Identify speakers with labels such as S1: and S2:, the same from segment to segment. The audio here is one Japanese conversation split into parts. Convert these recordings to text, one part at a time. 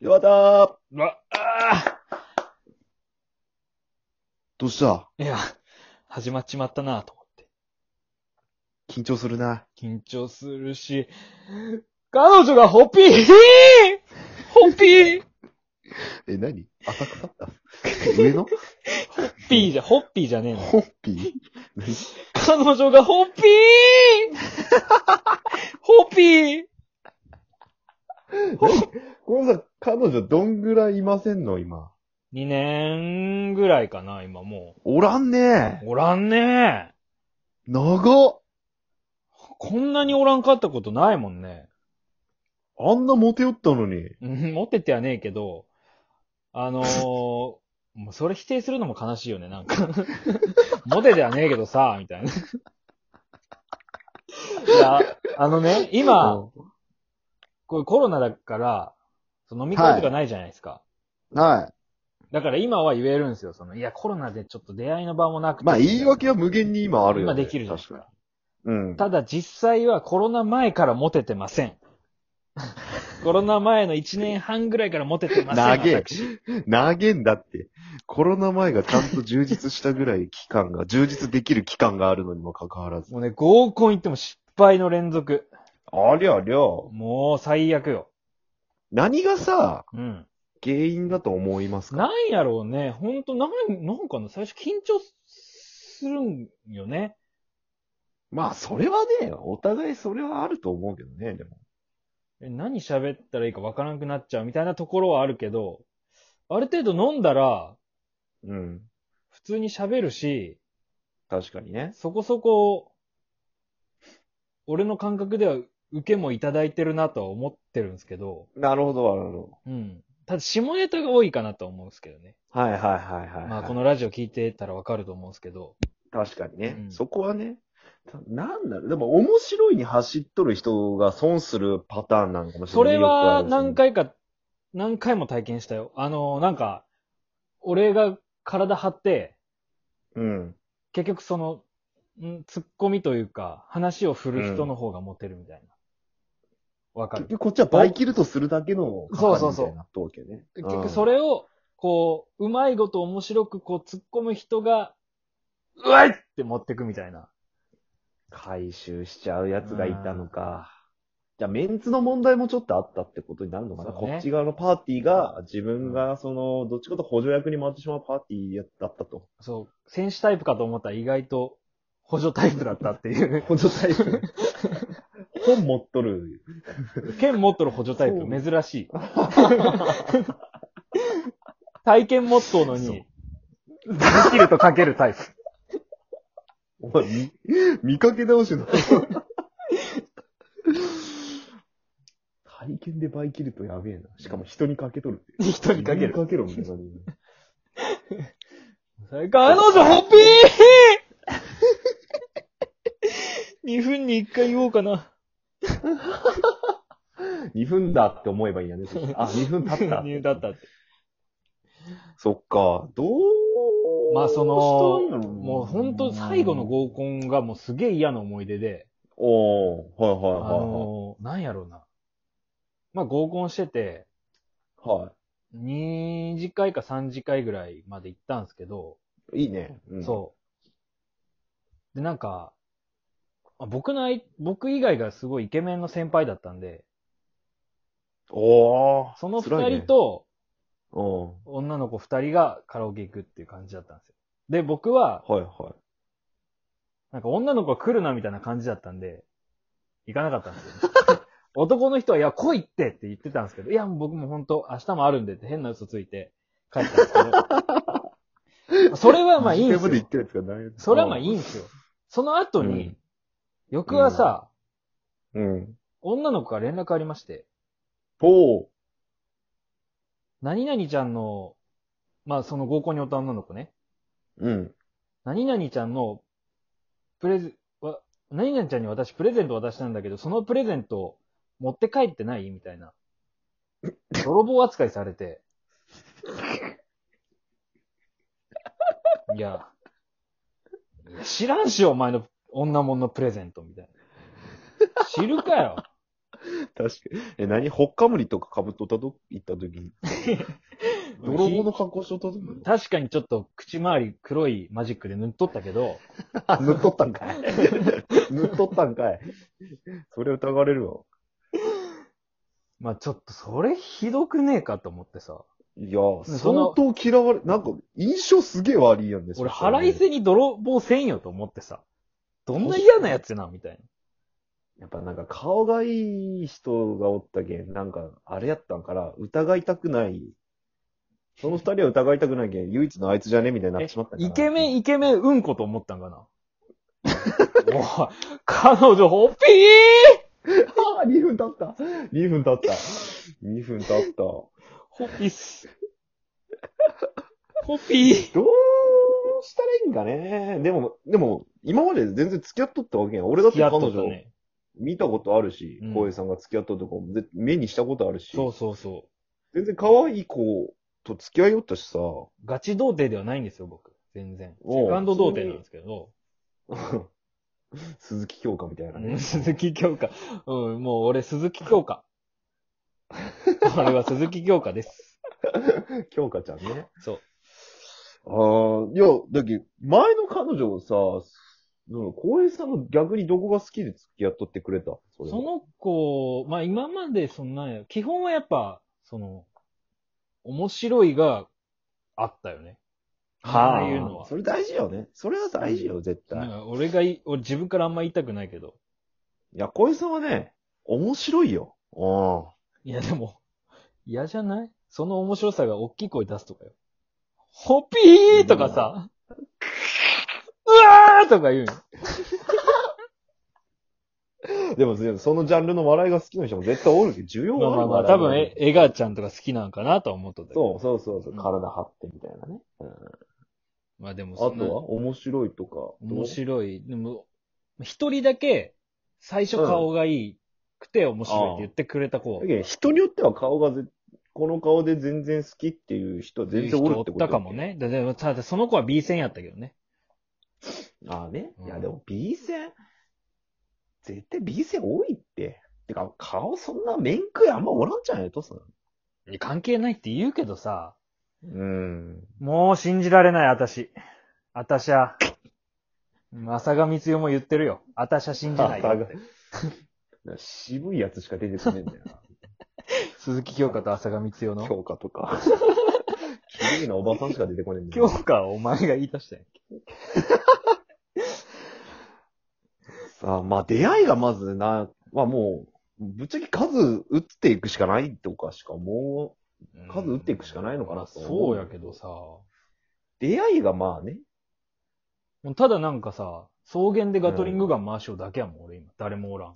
S1: よかった
S2: うわ、あ
S1: どうした
S2: ーいや、始まっちまったなと思って。
S1: 緊張するな。
S2: 緊張するし、彼女がホピー ホピー
S1: え、何浅草あ上の
S2: ホッピーじゃ、ホッピーじゃねえの。
S1: ホッピー何
S2: 彼女がホ ピーホピー
S1: ごめんなさい、彼女どんぐらいいませんの今。
S2: !2 年ぐらいかな、今も
S1: おらんね
S2: う。おらんねえ。
S1: 長っ
S2: こんなにおらんかったことないもんね。
S1: あんなモテよったのに。
S2: うん、持っててはねえけど、あ のー、もうそれ否定するのも悲しいよね、なんか。 モテてはねえけどさ、みたいな。いや、あのね、今、これコロナだから、その飲み会とかないじゃないですか。
S1: うんは
S2: だから今は言えるんですよ。その、いや、コロナでちょっと出会いの場もな
S1: い。
S2: くて。
S1: まあ、言い訳は無限に今あるよ、ね。
S2: 今できるじゃないです
S1: 確
S2: か
S1: か。に。うん。
S2: ただ実際はコロナ前からモテてま せん。コロナ前の1年半ぐらいからモテてません。
S1: 長え
S2: 私
S1: 長げんだって。コロナ前がちゃんと充実したぐらい期間が、充実できる期間があるのにもかかわらず。
S2: もうね、合コン行っても失敗の連続。
S1: ありゃりゃ。
S2: もう最悪よ。
S1: 何がさ、
S2: うん。
S1: 原因だと思いますか
S2: なんやろうね。ほんと、なん、なんかね、最初緊張するんよね。
S1: まあ、それはね、お互いそれはあると思うけどね、でも。
S2: え何喋ったらいいかわからなくなっちゃうみたいなところはあるけど、ある程度飲んだら、
S1: うん。
S2: 普通に喋るし、
S1: 確かにね。
S2: そこそこ、俺の感覚では受けもいただいてるなとは思ってるんですけど、
S1: なるほど、なるほ
S2: うん。ただ、下ネタが多いかなとは思うんですけどね。
S1: ど。はいはいはいはい、はい。
S2: まあ、このラジオ聞いてたらわかると思うんですけど、
S1: 確かにね、
S2: うん
S1: そこはね、たなんだろう、でも面白いに走っとる人が損するパターンなのかもし
S2: そ
S1: れない。
S2: れは何
S1: か。
S2: 回か、何回も体験したよ。あの、なんか、俺が体張って、
S1: うん。
S2: 結局その、んツッコミというか、話を振る人の方がモテるみたいな。わ、か
S1: 結
S2: る。
S1: 局こっちは倍切るとするだけの
S2: そうそうそ
S1: 係みた
S2: う
S1: いになったわけね。
S2: 結局それを、こう、うまいこと面白くこう突っ込む人が、うわいって持ってくみたいな。
S1: 回収しちゃうやつがいたのか。じゃあ、メンツの問題もちょっとあったってことになるのかな、
S2: そうね
S1: こっち側のパーティーが、自分が、その、どっちかと補助役に回ってしまうパーティーだった と。
S2: そう、選手タイプかと思ったら意外と補助タイプだったっていう。
S1: 補助タイプ。本持っとる。
S2: 剣持っとる補助タイ
S1: そ
S2: プ、
S1: う
S2: 珍しい。体験持っとうの
S1: そう
S2: に、できるとかけるタイプ。
S1: お前、見、見かけ倒しの。体験で倍切るとやべえな。しかも人にかけとるって。
S2: 人にかけ
S1: 人に
S2: る。
S1: かけろみたいな。
S2: 彼女ホピー !2 分に1回言おうかな。
S1: 2分だって思えばいいんや ね。あ、2分経った。
S2: 入だったって。
S1: そっか。どう
S2: まあその
S1: したんやろな
S2: もう本当最後の合コンがもうすげえ嫌な思い出で、
S1: おー、はい
S2: あ
S1: はいは
S2: のー、なんやろうな。まあ合コンしてて、
S1: いはい。は
S2: 2次会か3次会ぐらいまで行ったんですけど、
S1: い。いいね。うん
S2: そう。で、なんか、あ僕のあい、僕以外がすごいイケメンの先輩だったんで、
S1: おー。
S2: その
S1: 辛い
S2: 二人
S1: ね、
S2: と
S1: うん。
S2: 女の子二人がカラオケ行くっていう感じだったんですよ。で、僕は、
S1: はいはい。
S2: なんか女の子が来るなみたいな感じだったんで、行かなかったんですよ、 男の人は、いや、来いってって言ってたんですけど、いや、もう僕も本当明日もあるんでって変な嘘ついて帰ったんですけ ど、それはまあいいんで
S1: 自分
S2: す
S1: で言っ。てる
S2: よ
S1: やつがない
S2: それはまあい
S1: い。
S2: いんですよ。その後に、
S1: うん
S2: 翌朝、
S1: うん。
S2: 女の子から連絡ありまして、
S1: おー。
S2: 何々ちゃんの、まあその合コンにおった女の子ね、
S1: うん。
S2: 何々ちゃんの、プレゼ、わ何々ちゃんに私プレゼント渡したんだけど、そのプレゼントを持って帰ってないみたいな。泥棒扱いされて。いや、いや知らんし、お前の女物のプレゼントみたいな。知るかよ。
S1: 確かに。え、何ほっかむりとか被っとったと、行った時に。 泥棒の格好しとった時に。
S2: 確かにちょっと口周り黒いマジックで塗っとったけど、
S1: あ塗っとったんかい。 塗っとったんかい。それ疑われるわ。
S2: まあちょっとそれひどくねえかと思ってさ。
S1: いや、
S2: その
S1: 相当嫌われ、なんか、印象すげえ悪いやんね。そ
S2: 俺
S1: したら
S2: 腹
S1: ね
S2: いせに泥棒せんよと思ってさ。どんな嫌なやつな、みたいな。
S1: やっぱなんか顔がいい人がおったけん、なんかあれやったんから、疑いたくない。その二人は疑いたくないけん、唯一のあいつじゃねみたいになってしまったんかな
S2: イ ケメン、イケメン、うんこと思ったんかな。 おい、彼女、ほっぴー
S1: ああ、2分経った。2分経った。2分経った。ど
S2: ほっぴっす。ほっぴー。
S1: うしたらいいんかね。でも、でも、今まで全然付き合っとったわけやん。俺だって
S2: 付き合
S1: 彼
S2: っとった
S1: 女
S2: ね。
S1: 見たことあるし
S2: うん、
S1: 浩、平さんが付き合っとったとかもぜ目にしたことあるし、
S2: そうそうそ
S1: 全然可愛い子と付き合いよったしさ、
S2: う。ガチ童貞ではないんですよ、僕。全然。
S1: おう
S2: セカンド童貞なんですけど。
S1: 鈴木京香みたいな
S2: う
S1: ね
S2: ん。鈴木京香。うん、もう俺、鈴木京 香。俺は鈴木京香です。
S1: 京香ちゃんね。
S2: そう。
S1: ああ、いや、だけど前の彼女をさ、うん浩平さんの逆にどこが好きで付き合っとってくれたそれは
S2: その子、まあ今までそんな、基本はやっぱ、その、面白いがあったよね。
S1: はあ、
S2: ああいうのは
S1: それ大事よね。それは大事よ、絶
S2: なん
S1: 対。い
S2: か俺がい、俺自分からあんま言いたくないけど。
S1: や、小江さんはね、面白いよ。うん。
S2: いやでも、嫌じゃないその面白さが大きい声出すとかよ。ホピーとかさ、うわーとか言うの
S1: でも、そのジャンルの笑いが好きな人も絶対おるけど、需要
S2: まあ
S1: はあ
S2: まあ
S1: る
S2: まあ、
S1: 笑
S2: 多
S1: いが
S2: 分、え、エガちゃんとか好きなんかなとは思っとったけど。
S1: そうそうそうそう、
S2: うん
S1: 体張ってみたいなね。うん、あ
S2: まあでも
S1: とは
S2: そんな、
S1: 面白いとか。
S2: 面白い。でも、一人だけ、最初顔がいいくて面白いって言ってくれた子
S1: だ。けど人によっては顔がぜ、この顔で全然好きっていう人は全然おるってこと
S2: 言う人おったかも。ね。だでもただその子は B 線やったけどね。
S1: ああね
S2: う。ん
S1: いや、でも B 線、絶対 B 線多いって。てか、顔そんな面食いあんまおらんじゃんよ、とさん。
S2: 関係ないって言うけどさ。
S1: うん。
S2: もう信じられない、私。私は。うん浅香光代も言ってるよ。私は信じないよって。
S1: 渋いやつしか出てこねえんだよ
S2: 鈴木京香と浅香光代
S1: な。
S2: の。
S1: 強化とか。綺麗なおばさんしか出てこねえんだ
S2: 京
S1: よ。
S2: 香はお前が言い出したやんけ。
S1: さあ、まあ出会いがまずな、まあもう、ぶっちゃけ数打っていくしかないとかしかもう、数打っていくしかないのかなと思
S2: そうやけどさ。
S1: 出会いがまあね。
S2: もうただなんかさ、草原でガトリングガン回しようだけやもん、俺今。誰もおらん。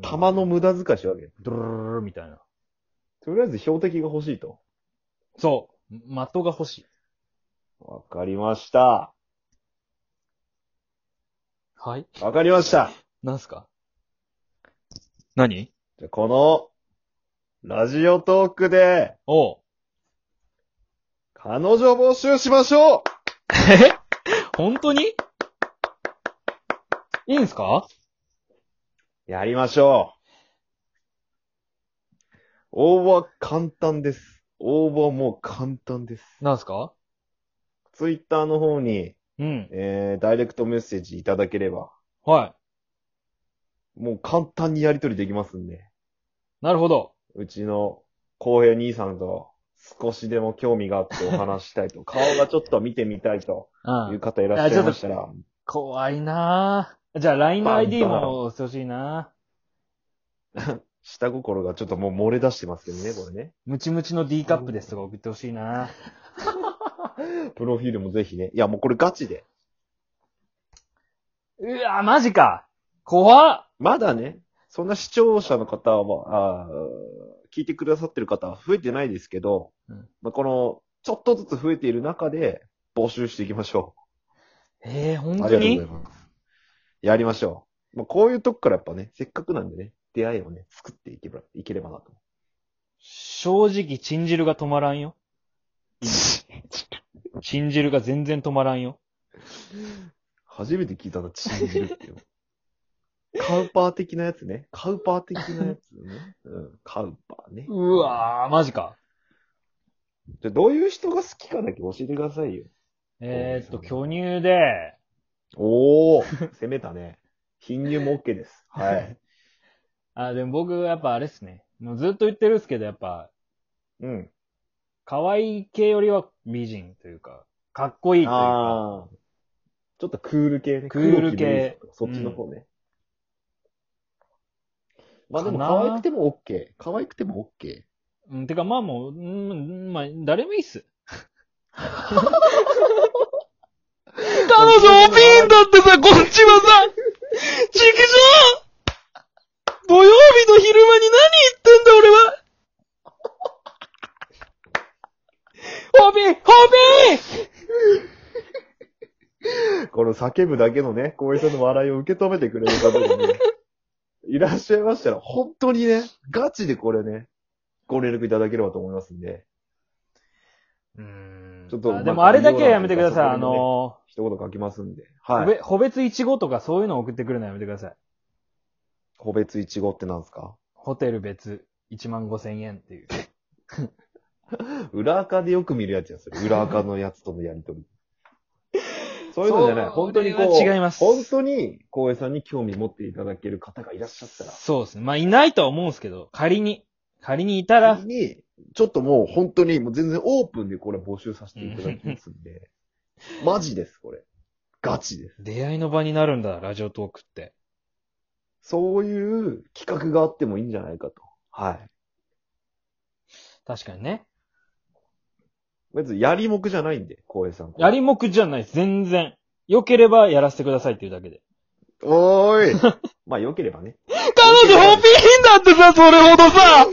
S1: 弾の無駄遣いしわけ。
S2: ドロロロロロみたいな。
S1: とりあえず標的が欲しいと。
S2: そう。的が欲しい。
S1: わかりました。
S2: はい
S1: わかりました。
S2: なんすか何
S1: じゃあこの、ラジオトークで、
S2: おう。
S1: 彼女募集しましょう
S2: え本当にいいんすか
S1: やりましょう応募は簡単です。応募はもう簡単です。
S2: なんすか
S1: ツイッターの方に、
S2: うん。
S1: えー、ダイレクトメッセージいただければ、
S2: は
S1: もう簡単にやり取りできますんで、
S2: い。なるほど。
S1: うちの、浩平兄さんと、少しでも興味があってお話ししたい と、顔がちょっと見てみたいと
S2: う。
S1: いうん方いらっしゃいましたら、
S2: 怖いなぁ。じゃあ LINE の
S1: バン
S2: ID もしてほしいな
S1: 下心がちょっともう漏れ出してますけど ね、これね。
S2: ムチムチの D カップですとか送ってほしいな
S1: プロフィールもぜひね。いや、もうこれガチで。
S2: うわ、マジか怖っ
S1: まだね、そんな視聴者の方は、あー聞いてくださってる方は増えてないですけど、
S2: うん
S1: まあ、この、ちょっとずつ増えている中で募集していきましょ
S2: えー、本
S1: う。あ
S2: 当
S1: りがとうご
S2: に
S1: ざいます。やりましょう。まあ、こういうとこからやっぱね、せっかくなんでね、出会いをね、作っていけば、いければなと。
S2: 正直、チン汁が止まらんよ。 チン汁が全然止まらんよ。
S1: 初めて聞いたな、チンジルっていうの。カウパー的なやつね。カウパー的なやつね。うん。カウパーね。
S2: うわー、マジか。
S1: じゃあどういう人が好きかだけ教えてくださいよ。
S2: えー、っと、巨乳で、
S1: おお攻めた ね。貧乳も OK です。はい。
S2: あ、でも僕、やっぱあれっすね。もうずっと言ってるんですけど、やっぱ、
S1: うん。
S2: 可愛い系よりは美人というか、かっこいいというか、
S1: ああ。ちょっとクール系ね。
S2: クー
S1: 黒
S2: ル系
S1: 木メイサとかそっちの方ね。まあでも可愛くても OK。可愛くても OK。
S2: うん、てかまあもう、うん、まあ、誰もいいっ す。彼女 OB だってさ、こっちはさ、チキショー土曜日の昼間に何言ってんだ俺は OB! OB!
S1: この叫ぶだけのね、小江さんの笑いを受け止めてくれる方 がね、いらっしゃいましたら、本当にね、ガチでこれね、ご連絡いただければと思いますんで、
S2: うーん
S1: ちょっと
S2: あでもあれだけはやめてください。あの
S1: 一言書きますんで。
S2: ー、
S1: はい。
S2: 個別個別いちごとかそういうの送ってくるのやめてください。
S1: 個別いちごってなんですか
S2: ホテル別1万5千円っていう。
S1: 裏垢でよく見るやつや、 それ。裏垢のやつとのやりとり。そういうのじゃない。
S2: そう
S1: 本当にこ、
S2: そうれは違います
S1: 本当に、光栄さんに興味持っていただける方がいらっしゃったら、
S2: そうですね。まあ、いないとは思うんですけど、仮に、仮にいたら、
S1: に、ちょっともう本当に、もう全然オープンでこれ募集させていただきますん で、マジです、これ。ガチです。
S2: 出会いの場になるんだ、ラジオトークって。
S1: そういう企画があってもいいんじゃないかと。はい。
S2: 確かにね。
S1: 別にやりもくじゃないんで、光栄さん。
S2: やりもくじゃないです、全然。良ければやらせてくださいっていうだけで。
S1: おーい。まあ、良ければね。
S2: 彼女ホピーンだってさ、それほどさ、